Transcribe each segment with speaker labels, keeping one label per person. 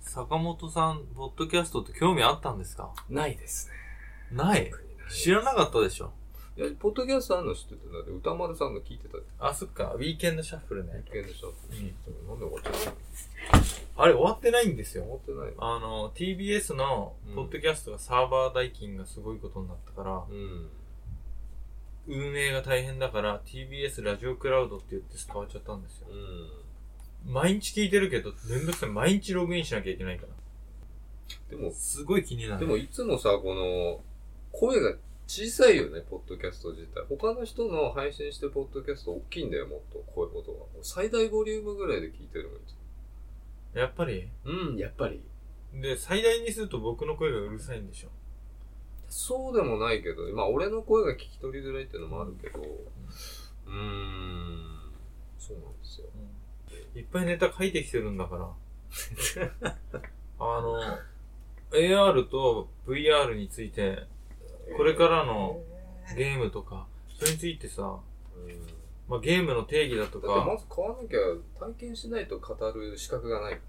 Speaker 1: 坂本さん、ポッドキャストって興味あったんですか
Speaker 2: ないですね。
Speaker 1: ない知らなかったでしょ
Speaker 2: いや、ポッドキャストあるの知ってて、だって歌丸さんの聞いてたって
Speaker 1: あ、そっか。ウィーケンドシャッフルね。
Speaker 2: 言ってんでしょ。なんで終わっちゃったの
Speaker 1: あれ、終わってないんですよ。
Speaker 2: 思ってないの
Speaker 1: あの、TBS の
Speaker 2: うん、
Speaker 1: ポッドキャストがサーバー代金がすごいことになったから、
Speaker 2: うん。
Speaker 1: 運営が大変だから、TBS ラジオクラウドって言って使われちゃったんですよ。
Speaker 2: うん。
Speaker 1: 毎日聞いてるけど、めんどくさい。毎日ログインしなきゃいけないか
Speaker 2: で
Speaker 1: ら。
Speaker 2: も、
Speaker 1: すごい気になる。
Speaker 2: でもいつもさ、この、声が小さいよね、ポッドキャスト自体。他の人の配信してるポッドキャスト大きいんだよ、もっと、こういうことが。最大ボリュームぐらいで聞いてるのに。
Speaker 1: やっぱり、
Speaker 2: うん、やっぱり。
Speaker 1: で、最大にすると僕の声がうるさいんでしょ。
Speaker 2: そうでもないけど、まあ俺の声が聞き取りづらいっていうのもあるけど、うーん、そうなんですよ。
Speaker 1: い っぱいネタ書いてきてるんだから。あの、AR と VR について、これからのゲームとか、それについてさ、
Speaker 2: うん
Speaker 1: まあ、ゲームの定義だと
Speaker 2: だってま
Speaker 1: か、
Speaker 2: ず買わなきゃ体験しないと語る資格がない。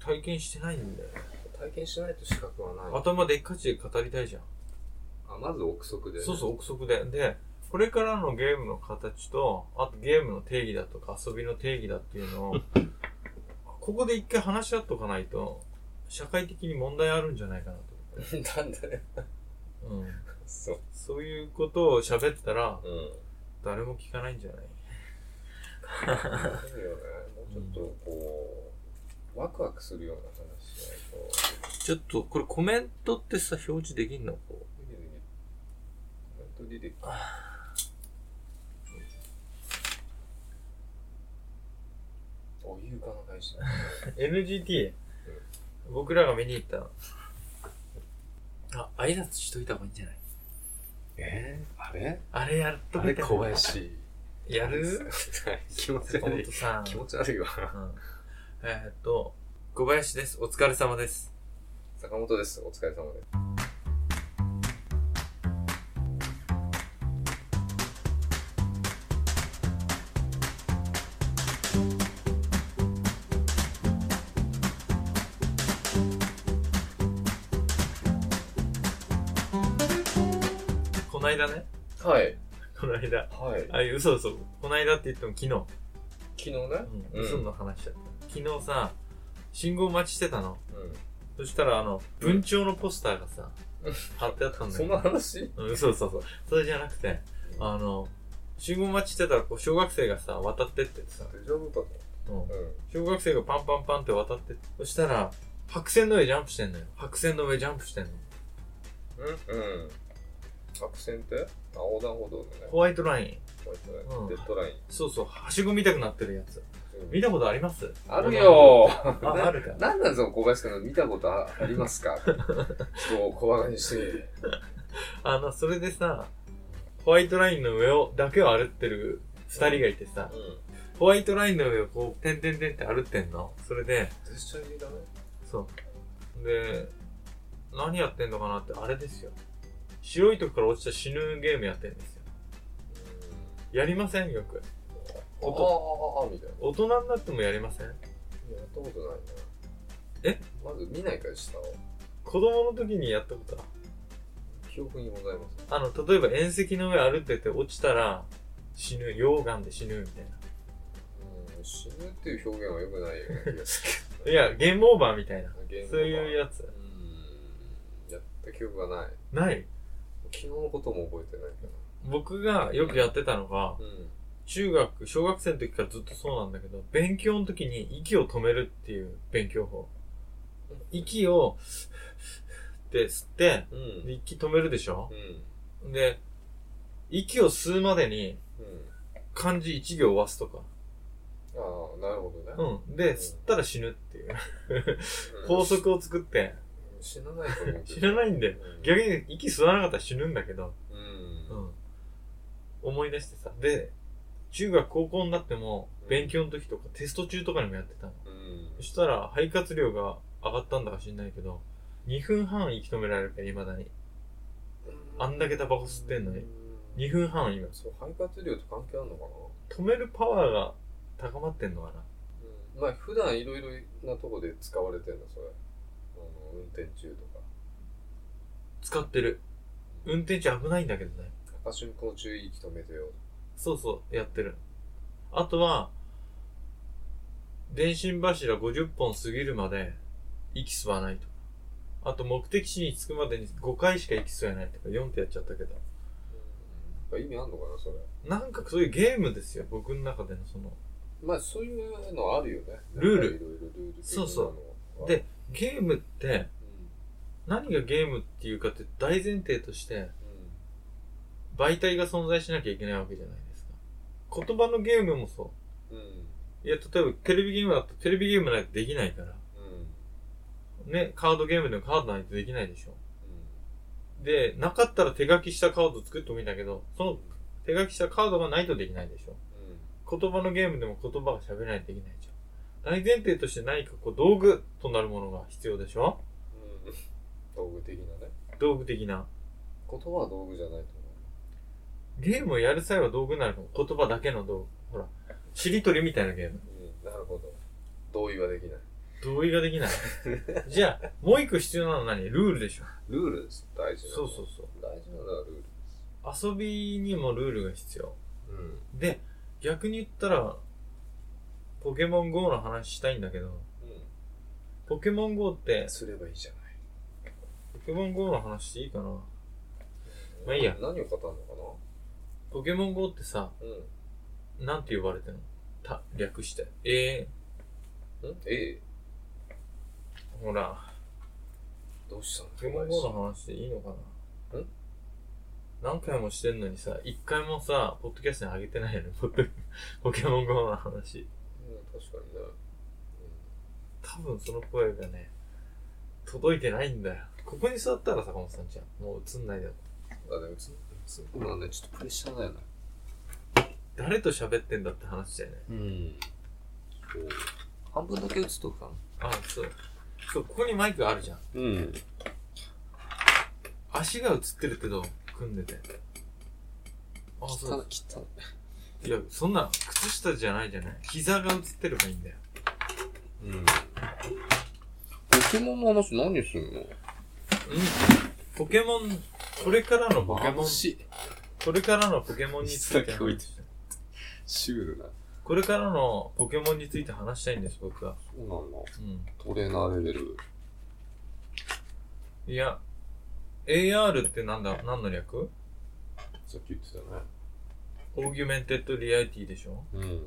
Speaker 1: 体験してないんだよ。
Speaker 2: 体験しないと資格はない。
Speaker 1: 頭でっかちで語りたいじゃん。
Speaker 2: あまず憶測で、
Speaker 1: そうそう、憶測で。で、これからのゲームの形と、あとゲームの定義だとか、遊びの定義だっていう のを、ここで一回話し合っとかないと、社会的に問題あるんじゃないかなと思って。
Speaker 2: う。 なんだね。
Speaker 1: うん。
Speaker 2: そう。
Speaker 1: そういうことを喋ったら、
Speaker 2: うん。
Speaker 1: 誰も聞かないんじゃない
Speaker 2: いいよね。もうちょっと、こう、ワクワクするような話しないと。
Speaker 1: ちょっと、これコメントってさ、表示できんのこ
Speaker 2: コメント履歴。お湯かの会社。
Speaker 1: う ?NGT。僕らが見に行った。あ、挨拶しといた方がいいんじゃない
Speaker 2: えー、あれ
Speaker 1: あれやっと
Speaker 2: あ
Speaker 1: く
Speaker 2: れ
Speaker 1: て。
Speaker 2: 小林。
Speaker 1: やる
Speaker 2: 気持ち
Speaker 1: 坂
Speaker 2: 悪い
Speaker 1: 本。さん。
Speaker 2: 気持ち悪 いわ。
Speaker 1: うんえーっと、小林です。お疲れ様です。
Speaker 2: 坂本です。お疲れ様です。
Speaker 1: こないだね。
Speaker 2: はい。
Speaker 1: こないだ。
Speaker 2: はい。
Speaker 1: あ、いや嘘嘘。こないだって言っても昨日。
Speaker 2: 昨日ね。
Speaker 1: うん。嘘の話だった。昨日さ、信号待ちしてたの。そしたら、あの、文鳥のポスターがさ
Speaker 2: うん、
Speaker 1: 貼ってあったんだ
Speaker 2: そ
Speaker 1: よ。
Speaker 2: んな話
Speaker 1: うん嘘嘘嘘。それじゃなくて、あの、信号待ちしてたら、こう、小学生がさ、渡ってってさ、
Speaker 2: 大丈夫か
Speaker 1: うん
Speaker 2: なうん。
Speaker 1: 小学生がパンパンパンって渡ってって、そしたら、白線の上ジャンプしてんのよ。白線の上ジャンプしてんの。
Speaker 2: うん。うん。白線ってあ、横断歩道のね。
Speaker 1: ホワイトライン。
Speaker 2: こうやってね
Speaker 1: うん
Speaker 2: デッドライン。
Speaker 1: そうそう、はしご見たくなってるやつ。見たことあります
Speaker 2: あるよ
Speaker 1: あ、あるか。
Speaker 2: なんなんその小林君の見たことありま すか人を小馬鹿にして。
Speaker 1: あの、それでさ、ホワイトラインの上を、だけを歩ってる二人がいてさ、
Speaker 2: うん。
Speaker 1: ホワイトラインの上をこう、てんてんてんって歩ってんの。それで、
Speaker 2: 絶対入れだね。
Speaker 1: そう。で、何やってんのかなって、あれですよ。白いとこから落ちた死ぬゲームやってんですよ。やりませんよく。
Speaker 2: うん。あ
Speaker 1: 音
Speaker 2: あ、ああ、みたいな。
Speaker 1: 大人になってもやりません
Speaker 2: やったことないな。
Speaker 1: え
Speaker 2: まず見ないから下を。
Speaker 1: 子供の時にやったこと
Speaker 2: 記憶にございます。
Speaker 1: あるあの、例えば縁石の上歩ってて落ちたら死ぬ、溶岩で死ぬみたいな。
Speaker 2: うん、死ぬっていう表現は良くないような気がす
Speaker 1: いや、ゲームオーバーみたいな。
Speaker 2: るけど
Speaker 1: そういう
Speaker 2: や
Speaker 1: やつ。
Speaker 2: うん。やった記憶がない。
Speaker 1: ない
Speaker 2: 昨日のことも覚えてないけ
Speaker 1: 僕がよくやってたのが、
Speaker 2: ど。うん。
Speaker 1: 中学、小学生の時からずっとそうなんだけど、勉強の時に息を止めるっていう勉強法。息を、って吸って、
Speaker 2: うん。
Speaker 1: で息止めるでしょ
Speaker 2: うん。
Speaker 1: で、息を吸うまでに
Speaker 2: うん。
Speaker 1: 漢字1行を忘すとか。
Speaker 2: ああ、なるほどね。
Speaker 1: うん。で、吸ったら死ぬっていう。法則を作って、
Speaker 2: 死なないと思うけ
Speaker 1: 死
Speaker 2: ど。
Speaker 1: なないんだよ
Speaker 2: うん
Speaker 1: 逆に息吸わなかったら死ぬんだけど、
Speaker 2: う。
Speaker 1: うんん。思い出してさ。で、中学高校になっても、勉強の時とかテスト中とかにもやってたの。
Speaker 2: うん。
Speaker 1: そしたら、肺活量が上がったんだか知んないけど、2分半息止められるから、未だに。あんだけタバコ吸ってんのに
Speaker 2: う。
Speaker 1: 2分半今。
Speaker 2: そう、肺活量と関係あるのかな
Speaker 1: 止めるパワーが高まってんのかな。
Speaker 2: うんまあ、普段いろいろなとこで使われてるの、それ。あの、運転中とか。
Speaker 1: 使ってる。運転中危ないんだけどね。
Speaker 2: 赤信号注意域止めてよ。
Speaker 1: そうそう、やってる。あとは、電信柱50本過ぎるまで息吸わないとか。あと目的地に着くまでに5回しか息吸えないとか、4ってやっちゃったけど。
Speaker 2: なんか意味あんのかな、それ。
Speaker 1: なんかそういうゲームですよ、僕の中でのその。
Speaker 2: まあ、そういうのあるよね。
Speaker 1: ルール
Speaker 2: なんかいろいろルール。
Speaker 1: そうそう。で、ゲームって、何がゲームっていうかって大前提として、
Speaker 2: う
Speaker 1: 媒体が存在しなきゃいけないわけじゃないですか。言葉のゲームもそ
Speaker 2: ん。うん。うん。
Speaker 1: う。いや、例えばテレビゲームだとテレビゲームないとできないから。
Speaker 2: うん。
Speaker 1: ね、カードゲームでもカードないとできないでしょ。で、なかったら手書きしたカード作ってもいいんだけど、その手書きしたカードがないとできないでしょ。言葉のゲームでも言葉が喋らないといけないじゃん。大前提として何かこう道具となるものが必要でしょ
Speaker 2: うん。うん。道具的なね。
Speaker 1: 道具的な。
Speaker 2: 言葉は道具じゃないと思
Speaker 1: ゲームをやる際は道具になるかも。言葉だけの道具。ほら、しりとりみたいなゲーム。
Speaker 2: う。うん。なるほど。同意はできない。
Speaker 1: 同意ができない。じゃあ、もう一個必要なのは何ルールでしょ。
Speaker 2: ルールです。大事なの
Speaker 1: そうそうそう。
Speaker 2: 大事なのはルールです。
Speaker 1: 遊びにもルールが必要。
Speaker 2: うん。
Speaker 1: で、逆に言ったら、ポケモン GO の話したいんだけど、
Speaker 2: う
Speaker 1: ポケモン GO って
Speaker 2: ん。、すればいいじゃない。
Speaker 1: ポケモン GO の話していいかなまあいいや
Speaker 2: 何を語るの
Speaker 1: ポケモン GO ってさ、
Speaker 2: かなうん。
Speaker 1: なんて呼ばれてんのた、略して。え
Speaker 2: んええ。
Speaker 1: ー、ほら、
Speaker 2: どうしたの
Speaker 1: ポケモン GO の話でいいのかなん何回もしてんのにさ、一回もさ、ポッドキャストに上げてないよね、ポッド ポケモン GO の話。
Speaker 2: うん確かにね。
Speaker 1: 多分その声がね、届いてないんだよ。ここに座ったら坂本さんじゃん。もう映んないだろ。
Speaker 2: うん。あ、でも、つつ今はね、ちょっとプレッシャーだよね。
Speaker 1: 誰と喋ってんだって話だよね。
Speaker 2: うん。そう。半分だけ打つとか
Speaker 1: あ、そう。そう、ここにマイクがあるじゃん。
Speaker 2: うん。
Speaker 1: 足が映ってるけど、組んでて。あ、そ
Speaker 2: 汚
Speaker 1: う。
Speaker 2: い、汚い。
Speaker 1: いや、そんな、靴下じゃないじゃない。膝が映ってればいいんだよ。
Speaker 2: うん。ポケモンの話何すんの
Speaker 1: うん。ポケモン、これからのポケモン、
Speaker 2: し
Speaker 1: これからのポケモンについて
Speaker 2: さっき置い
Speaker 1: 話
Speaker 2: て
Speaker 1: したい。
Speaker 2: シュールな。
Speaker 1: これからのポケモンについて話したいんです、僕は。
Speaker 2: そうなんだ。
Speaker 1: うん。
Speaker 2: トレーナーレベル。
Speaker 1: いや、AR ってなんだ、何の略
Speaker 2: さっき言ってたね。
Speaker 1: オーギュメンテッドリアリティでしょ
Speaker 2: うん。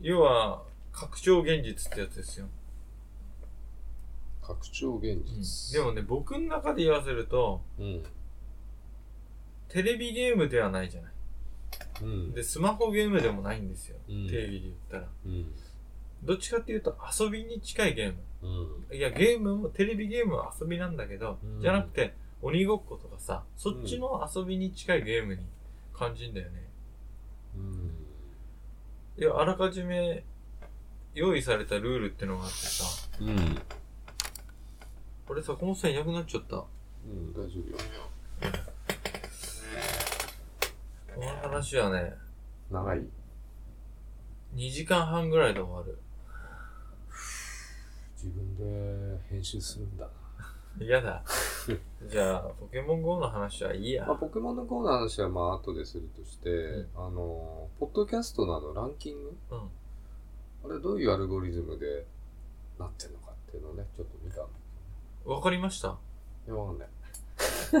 Speaker 1: 要は、拡張現実ってやつですよ。
Speaker 2: 拡張現実。
Speaker 1: でもね、僕の中で言わせると、
Speaker 2: うん。
Speaker 1: テレビゲームではないじゃない。
Speaker 2: うん。
Speaker 1: で、スマホゲームでもないんですよ。
Speaker 2: うん
Speaker 1: 定義で言ったら。
Speaker 2: うん。
Speaker 1: どっちかっていうと遊びに近いゲーム。
Speaker 2: うん。
Speaker 1: いや、ゲームも、テレビゲームは遊びなんだけど、
Speaker 2: うん
Speaker 1: じゃなくて、鬼ごっことかさ、そっちの遊びに近いゲームに感じんだよね。
Speaker 2: うん。
Speaker 1: いや、あらかじめ用意されたルールってのがあってさ、
Speaker 2: うん。
Speaker 1: 俺坂本さんいなくなっちゃった。
Speaker 2: うん、大丈夫よ。
Speaker 1: この話はね、
Speaker 2: 長い。
Speaker 1: 2時間半ぐらいで終わる。
Speaker 2: 自分で編集するんだな。
Speaker 1: 嫌 だ。じゃあ、ポケモン GO の話はいいや
Speaker 2: まあ、。ポケモンのコーナーの話はまあ後でするとして、
Speaker 1: う
Speaker 2: あの、ポッドキャストなどランキング
Speaker 1: うん。
Speaker 2: あれどういうアルゴリズムでなってるのかっていうのをね、ちょっと見たの。
Speaker 1: わかりました。
Speaker 2: いや、わかんない。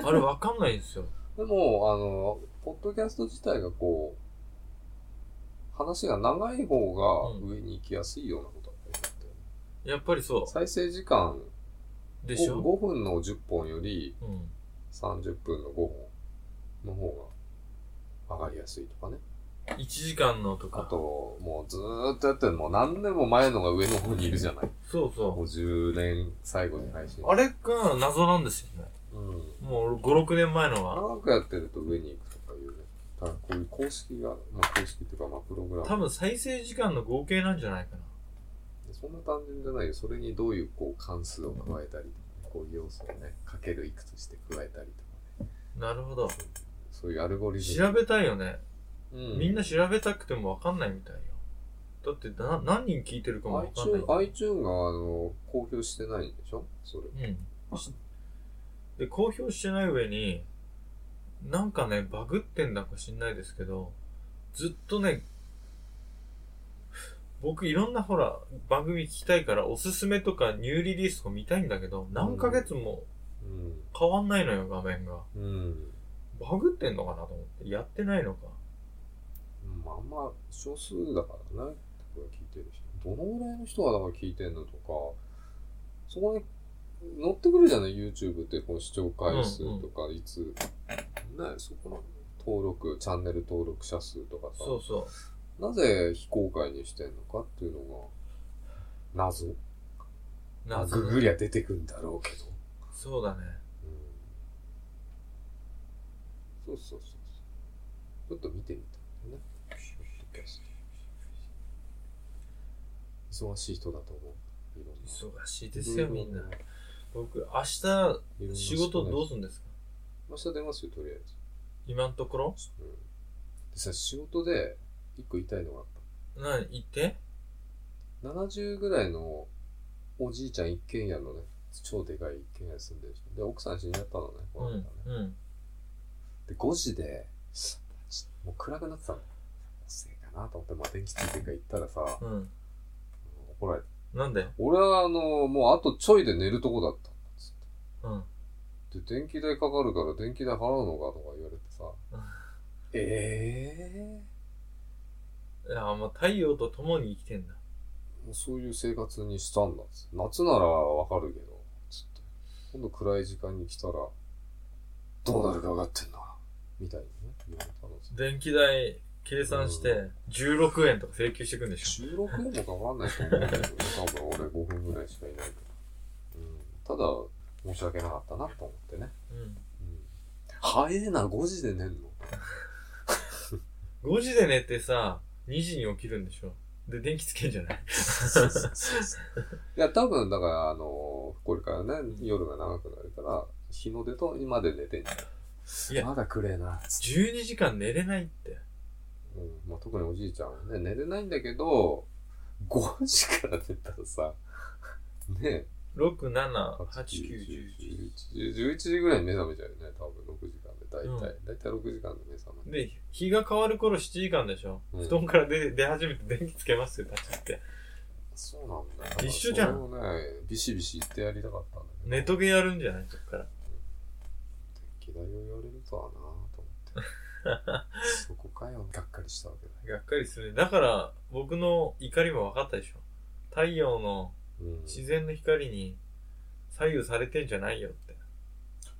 Speaker 1: あれわかんないんですよ。
Speaker 2: でも、あの、ポッドキャスト自体がこう、話が長い方が上に行きやすいようなことだったよね
Speaker 1: やっぱりそ
Speaker 2: 再生時間
Speaker 1: う。でしょ
Speaker 2: 5, 分の10本より
Speaker 1: うん。
Speaker 2: 30分の5本の方が上がりやすいとかね。
Speaker 1: 1時間のと
Speaker 2: あ
Speaker 1: か。
Speaker 2: と、もうずーっとやってるもう何年も前のが上の方にいるじゃない。
Speaker 1: そう
Speaker 2: も
Speaker 1: そう
Speaker 2: 10年最後に配信
Speaker 1: う。。あれが謎なんですよね。
Speaker 2: うん。
Speaker 1: もう5、6年前のは。
Speaker 2: 長くやってると上に行くとかいうね。ただこういう公式が、まあ公式っていうかまあプログラム。
Speaker 1: 多分再生時間の合計なんじゃないかな。
Speaker 2: そんな単純じゃないよ。それにどういうこう関数を加えたりとかね、こういう要素をね、かけるいくつして加えたりとかね。
Speaker 1: なるほど。
Speaker 2: そういうアルゴリズム。
Speaker 1: 調べたいよね。
Speaker 2: うん、
Speaker 1: みんな調べたくてもわかんないみたいよ。だってな、何人聞いてるかもわかんない
Speaker 2: iTune、。iTune が、あの、公表してないんでしょそれ。
Speaker 1: うん。で、公表してない上に、なんかね、バグってんだか知んないですけど、ずっとね、僕いろんなほら、番組聞きたいから、おすすめとかニューリリースとか見たいんだけど、何ヶ月も
Speaker 2: うん。
Speaker 1: 変わんないのよ、画面が。
Speaker 2: うん。
Speaker 1: バグってんのかなと思って、やってないのか。
Speaker 2: まあ、あんま少数だからね。これ聞いてる人。どのぐらいの人がだから聞いてんのとか、そこに載ってくるじゃない ?YouTube ってこう視聴回数とか、いつ、ね、そこの登録、チャンネル登録者数とかさ、
Speaker 1: そうそう。
Speaker 2: なぜ非公開にしてんのかっていうのが、謎。
Speaker 1: 謎
Speaker 2: ググりゃ出てくんだろうけど。
Speaker 1: そうだね。
Speaker 2: そうそうそうそう。ちょっと見てみたんだよね。忙しい人だと思う。いろんな
Speaker 1: 忙しいですよ、みんな。
Speaker 2: い
Speaker 1: 僕、明日、
Speaker 2: ろんな
Speaker 1: 仕事どう
Speaker 2: す
Speaker 1: すんですか
Speaker 2: 明日出ますよ、とりあえず。
Speaker 1: 今のところ
Speaker 2: うん。でさ、仕事で一個言いたいのがあっ
Speaker 1: 何言って
Speaker 2: た。70ぐらいのおじいちゃん一軒家のね、超でかい一軒家に住んでる人。で、奥さん死んじゃったのね、こ
Speaker 1: う
Speaker 2: の間ね
Speaker 1: ん。。うん。
Speaker 2: で、5時で、もう暗くなってたの。せいかなと思って、まあ、電気ついてるから行ったらさ、
Speaker 1: うん。
Speaker 2: 怒られて。
Speaker 1: なんで
Speaker 2: 俺はあの、もうあとちょいで寝るとこだった。つっ
Speaker 1: うん。
Speaker 2: て。で、電気代かかるから電気代払うのかとか言われてさ
Speaker 1: うん。
Speaker 2: え
Speaker 1: いや、もう太陽と共に生きてんだ。
Speaker 2: ー、もうそういう生活にしたんだっつって。夏ならわかるけど、つって。今度暗い時間に来たら、どうなるか分かってんだ。みたいにね、言われたのさ。
Speaker 1: 電気代計算して、16円とか請求してくんでし
Speaker 2: 16円もかかんないと思うんだけど、多分俺5分ぐらいしかいないから。うん、ただ、申し訳なかったなと思ってね。
Speaker 1: ょ。うん。
Speaker 2: うん、早えな、5時で寝 んの。
Speaker 1: 5時で寝てさ、2時に起きるんでしょ。で、電気つけんじゃない
Speaker 2: いや、多分、だから、あのこれからね、夜が長くなるから、日の出と今で寝てんじゃん。
Speaker 1: いや
Speaker 2: まだくれえな。
Speaker 1: ?12 時間寝れないって。
Speaker 2: うん、まあ、特におじいちゃんはね、寝れないんだけど、5時から寝たらさ、ねえ、
Speaker 1: 6、7、8、9、10。
Speaker 2: 11時ぐらいに目覚めちゃうよね、多分6時間で。大体、大体6時間で目覚める。
Speaker 1: で、日が変わる頃7時間でしょ。
Speaker 2: う
Speaker 1: 布
Speaker 2: ん
Speaker 1: 団から出出始めて電気つけますよ、立ちって。
Speaker 2: そうなんだよだから
Speaker 1: 一緒じゃん
Speaker 2: それをね、ビシビシ言ってやりたかったんだけど。
Speaker 1: 寝とけやるんじゃないそっから。
Speaker 2: 気だよ言われるとはなぁと思って。 そこかよ。がっかりしたわけだよ。
Speaker 1: がっかりするね。だから、僕の怒りも分かったでしょ。太陽の
Speaker 2: うん。
Speaker 1: 自然の光に左右されてんじゃないよって。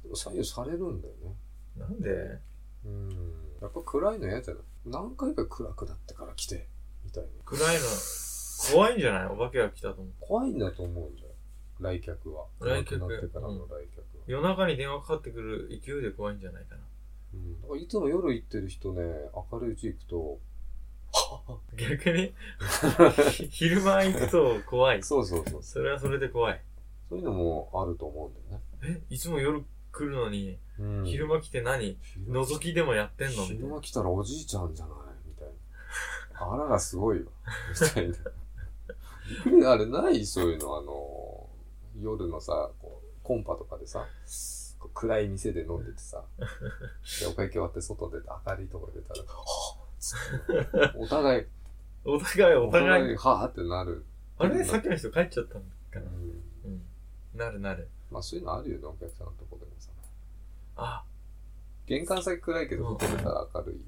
Speaker 2: でも左右されるんだよね。
Speaker 1: なんで
Speaker 2: うん。やっぱ暗いの嫌じゃない何回か暗くなってから来て、みたいな。
Speaker 1: 暗いの怖いんじゃないお化けが来たと思う。
Speaker 2: 怖いんだと思うんだよ。来客は。
Speaker 1: 来客
Speaker 2: 暗くなってからの来客は。
Speaker 1: 夜中に電話かかってくる勢いで怖いんじゃないかな。
Speaker 2: うんだからいつも夜行ってる人ね、明るいうち行くと、
Speaker 1: 逆 に、ひ昼間行くと怖い。
Speaker 2: そうそうそう。
Speaker 1: それはそれで怖い。
Speaker 2: そういうのもあると思うんだよね。
Speaker 1: え、いつも夜来るのに、
Speaker 2: うん
Speaker 1: 昼間来て何覗きでもやってんのみた
Speaker 2: 昼
Speaker 1: いな
Speaker 2: 間来たらおじいちゃんじゃないみたい な。あらがすごいわ。みたいな。びっくりあれないそういうの。あの、夜のさ、こうコンパとかでさ、こう暗い店で飲んでてさ、でお会計終わって外出て明るいところ出たら、はぁつ ってお互い、
Speaker 1: お互いお互い。
Speaker 2: はぁってなる。
Speaker 1: あれさっきの人帰っちゃったのかな
Speaker 2: うん
Speaker 1: うん。なるなる。
Speaker 2: まあそういうのあるよね、お客さんのとこでもさ。
Speaker 1: あ、
Speaker 2: 玄関先暗いけど、外出たら明るい。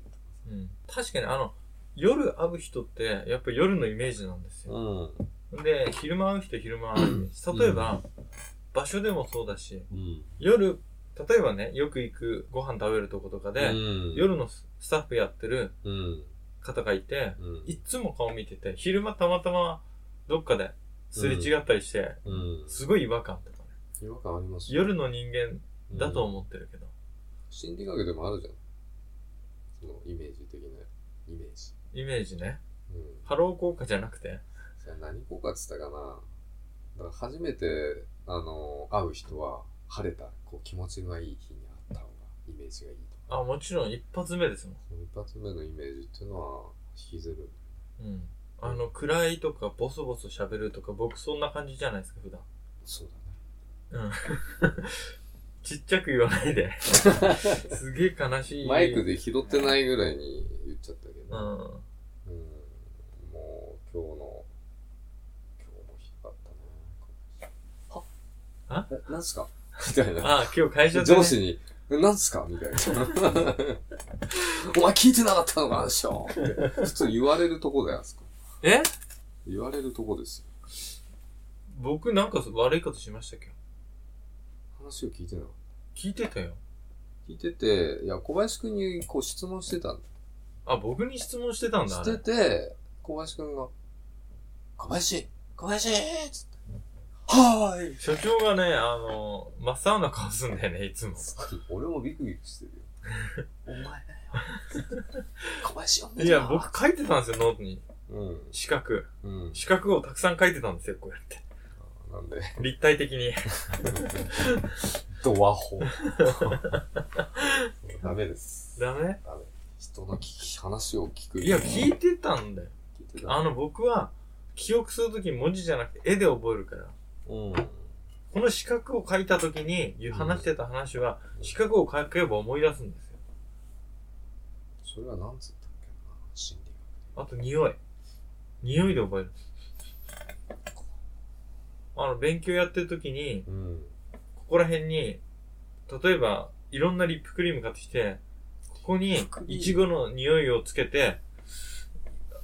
Speaker 1: うん確かにあの、夜会う人って、やっぱ夜のイメージなんですよ。
Speaker 2: ん。
Speaker 1: で、昼間会う人昼間会うイメージ。例えば、場所でもそうだし、
Speaker 2: うん。
Speaker 1: 夜、例えばね、よく行くご飯食べるとことかで、
Speaker 2: うん、
Speaker 1: 夜のススタッフやってる
Speaker 2: うん。
Speaker 1: 方がいて、
Speaker 2: うん。
Speaker 1: いっつも顔見てて、昼間たまたまどっかですれ違ったりして、
Speaker 2: うん
Speaker 1: すごい違和感とかね。
Speaker 2: 違和感ありますよ
Speaker 1: 夜の人間だと思ってるけど、
Speaker 2: 心理学でもあるじゃんそのイメージ的なイメージ
Speaker 1: イメージね。
Speaker 2: うん
Speaker 1: ハロー効果じゃなくて、
Speaker 2: それ何効果っつったかなだから初めてあの会う人は晴れたこう気持ちがいい日に会った方がイメージがいいとか
Speaker 1: あ、もちろん一発目ですもん。
Speaker 2: その一発目のイメージっていうのは引きずる
Speaker 1: うん。あの、暗いとかボソボソ喋るとか、僕そんな感じじゃないですか、普段。
Speaker 2: そう
Speaker 1: うん。 ちっちゃく言わない で。すげえ悲
Speaker 2: だ
Speaker 1: し
Speaker 2: ね。
Speaker 1: い。
Speaker 2: マイクで拾ってないぐらいに言っちゃったけ
Speaker 1: う
Speaker 2: ど。
Speaker 1: ん。
Speaker 2: うん。もう、今日の、今日もひどかったな。
Speaker 1: あ
Speaker 2: えなんすか みたいな。
Speaker 1: ああ、今日会社で、ね。
Speaker 2: 上司に、えなんすかみたいな。お前聞いてなかったのかでしょって普通言われるとこだよ、あそこ。
Speaker 1: え
Speaker 2: 言われるとこですよ。
Speaker 1: 僕なんか悪いことしましたっけ
Speaker 2: 話を聞いてなかっ
Speaker 1: 聞いてたよ。
Speaker 2: た。聞いてて、いや、小林くんにこう質問してたん
Speaker 1: あ、僕に質問してたんだ。
Speaker 2: だ。
Speaker 1: あ
Speaker 2: し
Speaker 1: れ
Speaker 2: てて、小林くんが、小林小林つって、はーい
Speaker 1: 所長がね、あの、真っ青な顔すんだよね、いつも。
Speaker 2: 俺もビクビクしてるよ。お 前だよ。小林お
Speaker 1: いや、僕書いてたんですよ、ノートに。
Speaker 2: うん。
Speaker 1: 四角。
Speaker 2: うん。
Speaker 1: 四角をたくさん書いてたんですよ、こうやって。
Speaker 2: なんで。
Speaker 1: 立体的に。
Speaker 2: ドワホ。 ダメです。
Speaker 1: ダメ
Speaker 2: ダメ。人の聞き話を聞く。
Speaker 1: いや、
Speaker 2: い
Speaker 1: 聞いてたんだよ。
Speaker 2: てた
Speaker 1: あの、、僕は、記憶するとき文字じゃなくて絵で覚えるから。
Speaker 2: うん。
Speaker 1: この四角を書いたときに、言う話してた話は、四角を書けば思い出すんですよ。
Speaker 2: それはなんつったっけな。心理
Speaker 1: あと、匂い。匂いで覚える。あの、勉強やってるときに、
Speaker 2: 学。うん。
Speaker 1: ここら辺に、例えば、いろんなリップクリーム買ってきて、ここに、いちごの匂いをつけて、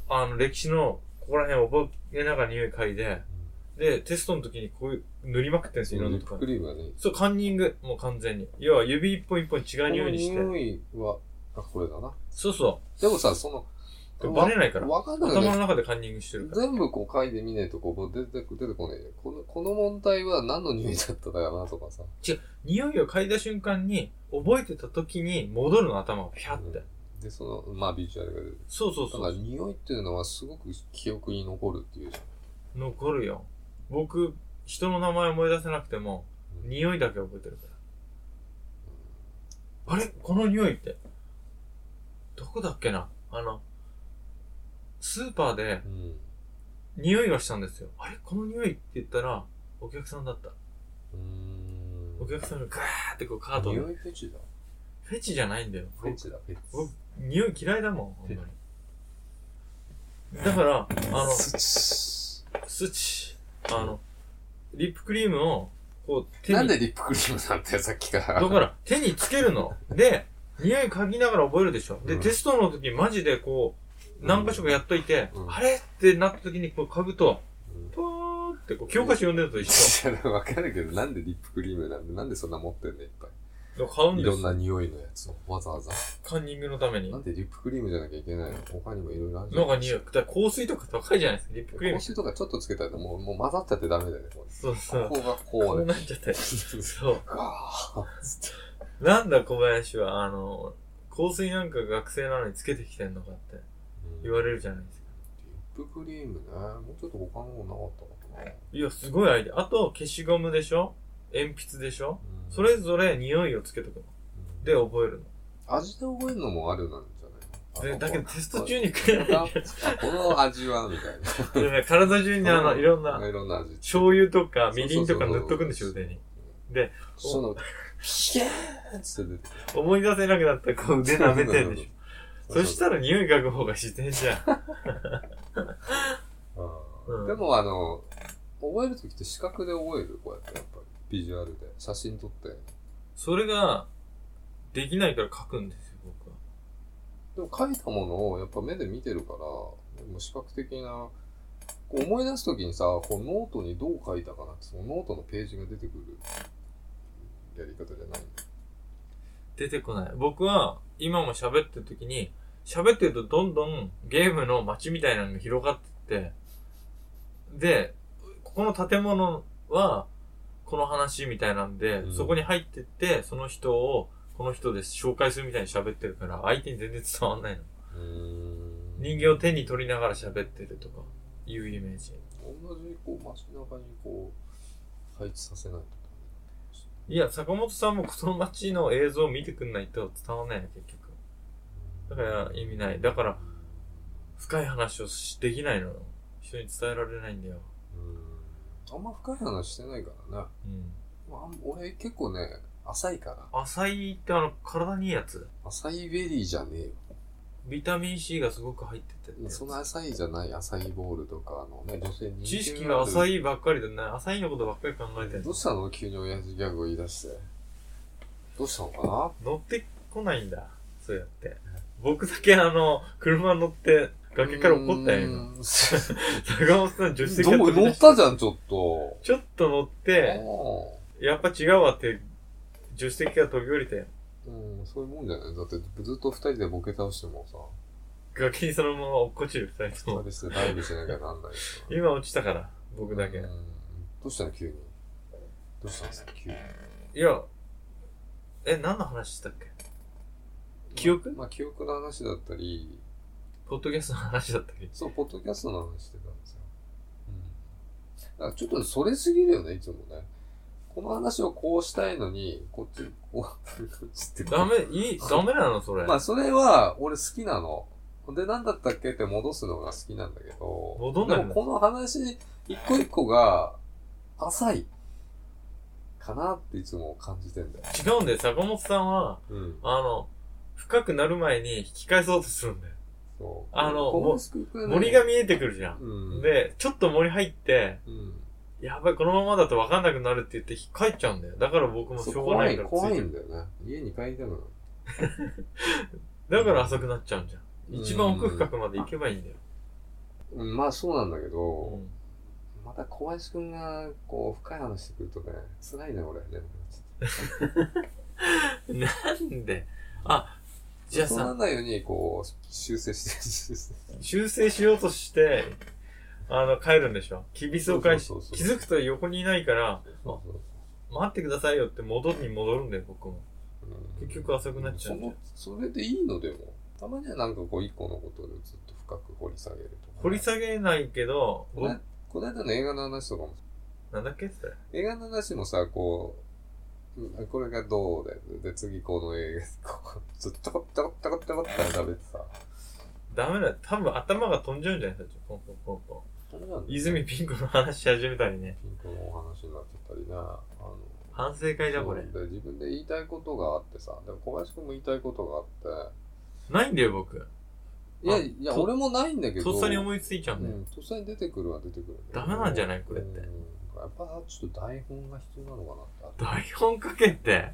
Speaker 1: あの、歴史の、ここら辺を覚えながら匂い嗅いで、で、テストの時にこういう、塗りまくってんです
Speaker 2: そ
Speaker 1: よ、いろ
Speaker 2: の
Speaker 1: ん
Speaker 2: リ
Speaker 1: な
Speaker 2: ッ
Speaker 1: と
Speaker 2: プ
Speaker 1: こ
Speaker 2: ク
Speaker 1: に。
Speaker 2: リームがね、
Speaker 1: そう、カンニング、もう完全に。要は、指一本一本違う匂いにして
Speaker 2: こ。の匂いは、あ、これだな。
Speaker 1: そうそ
Speaker 2: でもさ、その、
Speaker 1: う。バレないから。
Speaker 2: わかんないよ
Speaker 1: 頭
Speaker 2: ね
Speaker 1: の中でカンニングしてるから。
Speaker 2: 全部こう書いてみねえとこう出て出てこねえよこの。この問題は何の匂いだっただよなとかさ。
Speaker 1: 匂いを嗅いだ瞬間に、覚えてた時に戻るの、頭がピャって。
Speaker 2: で、その、まあビジュアルが出て
Speaker 1: そうそう
Speaker 2: だ
Speaker 1: そ
Speaker 2: から
Speaker 1: う。
Speaker 2: 匂いっていうのはすごく記憶に残るっていうじゃん。
Speaker 1: 残るよ。僕、人の名前思い出せなくても、
Speaker 2: うん
Speaker 1: 匂いだけ覚えてるから。あれこの匂いって。どこだっけなあの、スーパーで
Speaker 2: うん。
Speaker 1: 匂いがしたんですよ。あれこの匂いって言ったら、お客さんだった。
Speaker 2: うーん。
Speaker 1: お客さんがガーってこうカート
Speaker 2: 匂
Speaker 1: で。
Speaker 2: いフェチだ。
Speaker 1: フェチじゃないんだよ。
Speaker 2: フェチだ、フェチ。
Speaker 1: 僕、匂い嫌いだもん、ほんまに。だから、あの、
Speaker 2: ス
Speaker 1: スチ、あの、リップクリームを、こう、
Speaker 2: チ
Speaker 1: 手
Speaker 2: なん
Speaker 1: に、だ
Speaker 2: でリップクリームなんてさっきから。
Speaker 1: から、手につけるの。で、匂い嗅ぎながら覚えるでしょ。で、
Speaker 2: うん
Speaker 1: テストの時、マジでこう、何箇所かやっといて、
Speaker 2: うん
Speaker 1: あれってなった時に、こう嗅ぐと、
Speaker 2: うん
Speaker 1: ポーって、こう、教科書読んでるのと一緒。
Speaker 2: いや、わかるけど、なんでリップクリームなんで、なんでそんな持ってんのいっぱ
Speaker 1: 買うん
Speaker 2: い。い
Speaker 1: で
Speaker 2: ろん
Speaker 1: す。
Speaker 2: な匂いのやつをわざわざ。
Speaker 1: カンニングのために。
Speaker 2: な
Speaker 1: なん
Speaker 2: んでリップクリームじゃなきゃいけないの他にもいろいろあるじゃん。
Speaker 1: か匂い。だから香水とか高いじゃないですか、リップクリー
Speaker 2: 今
Speaker 1: ム。
Speaker 2: 週とかちょっとつけたらもう、もう混ざっちゃってダメだよね、こ
Speaker 1: そうそ
Speaker 2: れ。
Speaker 1: う。
Speaker 2: ここが
Speaker 1: こ
Speaker 2: こ
Speaker 1: う
Speaker 2: うで。
Speaker 1: なっちゃったよ。そう。
Speaker 2: ガ
Speaker 1: なんだ小林は、あの、香水なんか学生なのにつけてきてんのかって
Speaker 2: ー
Speaker 1: 言われるじゃないですか。
Speaker 2: リップクリームね、もうちょっと他のものなかったかな。
Speaker 1: いや、すごいアイデア。あと、消しゴムでしょ鉛筆でしょ
Speaker 2: うん
Speaker 1: それぞれ匂いをつけとくの。
Speaker 2: うん
Speaker 1: で、覚える
Speaker 2: 味で覚えるのもあるなんじゃ
Speaker 1: の。
Speaker 2: な
Speaker 1: で、
Speaker 2: い
Speaker 1: だけどテスト中
Speaker 2: に。
Speaker 1: に食えない
Speaker 2: あこの味は、みたいな。
Speaker 1: いや。体中にあの、いろんな、
Speaker 2: いろんな味。
Speaker 1: 醤油とかみりんとか塗っとくんでしょ、腕に。で、
Speaker 2: その、ピヤーンっつって出てくる
Speaker 1: 思い出せなくなったらこう腕舐めてんでしょ。そした
Speaker 2: ら、
Speaker 1: ら匂い嗅ぐ方が自然じゃん。
Speaker 2: うんでもあの、覚えるときって視覚で覚える、こうやって、やっぱり。ビジュアルで。写真撮って。
Speaker 1: それが、できないから書くんですよ、僕は。
Speaker 2: でも書いたものをやっぱ目で見てるから、もう視覚的な、こう思い出すときにさ、こうノートにどう書いたかなって、そのノートのページが出てくるやり方じゃない
Speaker 1: 出てこない。僕は、今も喋ってる時に、喋ってるとどんどんゲームの街みたいなのが広がってって、で、ここの建物は、この話みたいなんで、
Speaker 2: うん
Speaker 1: そこに入ってって、その人を、この人で紹介するみたいに喋ってるから、相手に全然伝わんないの。
Speaker 2: うん
Speaker 1: 人形を手に取りながら喋ってるとか、いうイメージ。
Speaker 2: 同じこう街中にこう配置させないと
Speaker 1: いや、坂本さんもこの街の映像を見てくんないと伝わんないの、結局。だから、意味ない。だから、深い話をしできないのよ。人に伝えられないんだよ。
Speaker 2: うん。あんま深い話してないからね。
Speaker 1: うん。
Speaker 2: まああん俺結構ね、浅いから。
Speaker 1: 浅いってあの、体にいいやつ。
Speaker 2: 浅いベリーじゃねえよ。
Speaker 1: ビタミン C がすごく入っててってやつ
Speaker 2: その浅いじゃない浅いボールとか、あのね、女性に。
Speaker 1: 知識が浅
Speaker 2: い。
Speaker 1: いばっかりでね、浅いのことばっかり考えてる
Speaker 2: どうしたの急に親父ギャグを言い出して。どうしたのかな
Speaker 1: 乗ってこないんだ。そうやって。僕だけあの、車乗って、崖から怒ったよ、
Speaker 2: う
Speaker 1: 今。
Speaker 2: ーんど
Speaker 1: 坂本さん、助手席から
Speaker 2: う
Speaker 1: 飛び
Speaker 2: 乗
Speaker 1: 出
Speaker 2: っ
Speaker 1: した
Speaker 2: たじゃん、ちょっと。
Speaker 1: ちょっと乗って、やっぱ違うわって、助手席から飛び降りて、
Speaker 2: うん、うんそういうもんじゃないだってずっと二人でボケ倒してもさ、
Speaker 1: 崖にそのまま落っこちる、二人と
Speaker 2: 二
Speaker 1: も。
Speaker 2: 人してダイブしなきゃなんないし
Speaker 1: 今落ちたから、僕だけ。
Speaker 2: うんどうしたの急に。どうしたんですか急に。
Speaker 1: いや、え、何の話したっけ記憶
Speaker 2: まあ、まあ記憶の話だったり、
Speaker 1: ポッドキャストの話だったっけ
Speaker 2: そう、ポッドキャストの話してたんですよ。うん。だからちょっとそれすぎるよね、いつもね。この話をこうしたいのに、こっち、 こう、こっちって
Speaker 1: ダメ、いい、ダメなのそれ。
Speaker 2: まあ、それは、俺好きなの。で、なんだったっけって戻すのが好きなんだけど。
Speaker 1: 戻んない
Speaker 2: で
Speaker 1: の
Speaker 2: も、この話、一個一個が、浅い。かなっていつも感じてんだよ。
Speaker 1: 違うんだよ、坂本さんは、
Speaker 2: うん。
Speaker 1: あの、深くなる前に引き返そうとするんだよ。
Speaker 2: そう。
Speaker 1: あの
Speaker 2: このスクープはね
Speaker 1: 森が、見えてくるじゃん。
Speaker 2: うん。、
Speaker 1: で、ちょっと森入って、
Speaker 2: うん。
Speaker 1: やばい、このままだと分かんなくなるって言って、帰っちゃうんだよ。だから僕も
Speaker 2: そ
Speaker 1: し
Speaker 2: う
Speaker 1: ょうが
Speaker 2: 怖
Speaker 1: ない
Speaker 2: い、
Speaker 1: からつ
Speaker 2: 怖
Speaker 1: い
Speaker 2: い
Speaker 1: て
Speaker 2: ん
Speaker 1: る。
Speaker 2: だよね。家に帰りたくなる。
Speaker 1: だから浅くなっちゃうんじゃん。一番奥深
Speaker 2: く。
Speaker 1: くまで行けばいいんだよ。
Speaker 2: うんまあそうなんだけ
Speaker 1: う
Speaker 2: ど、
Speaker 1: ん。
Speaker 2: また小林くんが、こう、深い話してくるとね、辛いね、俺ね。
Speaker 1: なんであ、じゃあ
Speaker 2: そうな
Speaker 1: さ、
Speaker 2: んないように、こう、修正して、修正
Speaker 1: 修正しようとして、あの、帰るんでしょ。厳しを返し
Speaker 2: そうそう、そう
Speaker 1: 気
Speaker 2: そう
Speaker 1: づくと横にいないから、
Speaker 2: そうそう
Speaker 1: 待ってくださいよって戻るに戻るんだよ、僕も。
Speaker 2: うん
Speaker 1: 結局浅くなっちゃうんだよ
Speaker 2: そのそれでいいのでもたまにはなんかこう一個のことをずっと深く掘り下げるとか、
Speaker 1: 掘り下げないけど、
Speaker 2: こなこの間の映画の話とかも
Speaker 1: なんだっけそれ。
Speaker 2: 映画の話もさこううんこれがどうだよで次この映画こうずっとちょこちょこちょこちょこって食べてさ
Speaker 1: ダメだよ。多分頭が飛んじゃうんじゃないですか、ポンポンポンポン。
Speaker 2: ダメなんだよ
Speaker 1: 泉ピンクの話し始めたりね。
Speaker 2: ピンクのお話になってたりなあの
Speaker 1: 反省会だ、これ
Speaker 2: そ。うで自分で言いたいことがあってさでも小林君も言いたいことがあって
Speaker 1: ないんだよ、僕。
Speaker 2: いや
Speaker 1: あ
Speaker 2: いや
Speaker 1: と
Speaker 2: 俺もないんだけど
Speaker 1: とっさに思いついちゃうん
Speaker 2: う
Speaker 1: だよ。
Speaker 2: ん、突然出てくるは出てくるんだ
Speaker 1: ダ
Speaker 2: よ
Speaker 1: メなんじゃないこれって
Speaker 2: うんやっぱちょっと台本が必要なのかなって
Speaker 1: 台本かけて。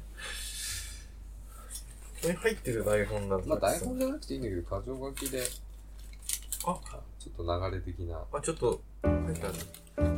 Speaker 1: これ入ってる台本だ
Speaker 2: まあ台本じゃなくていいんだけど箇条書きで
Speaker 1: あ
Speaker 2: ちょっと流れ的な
Speaker 1: あ、ちょっと、入ってある。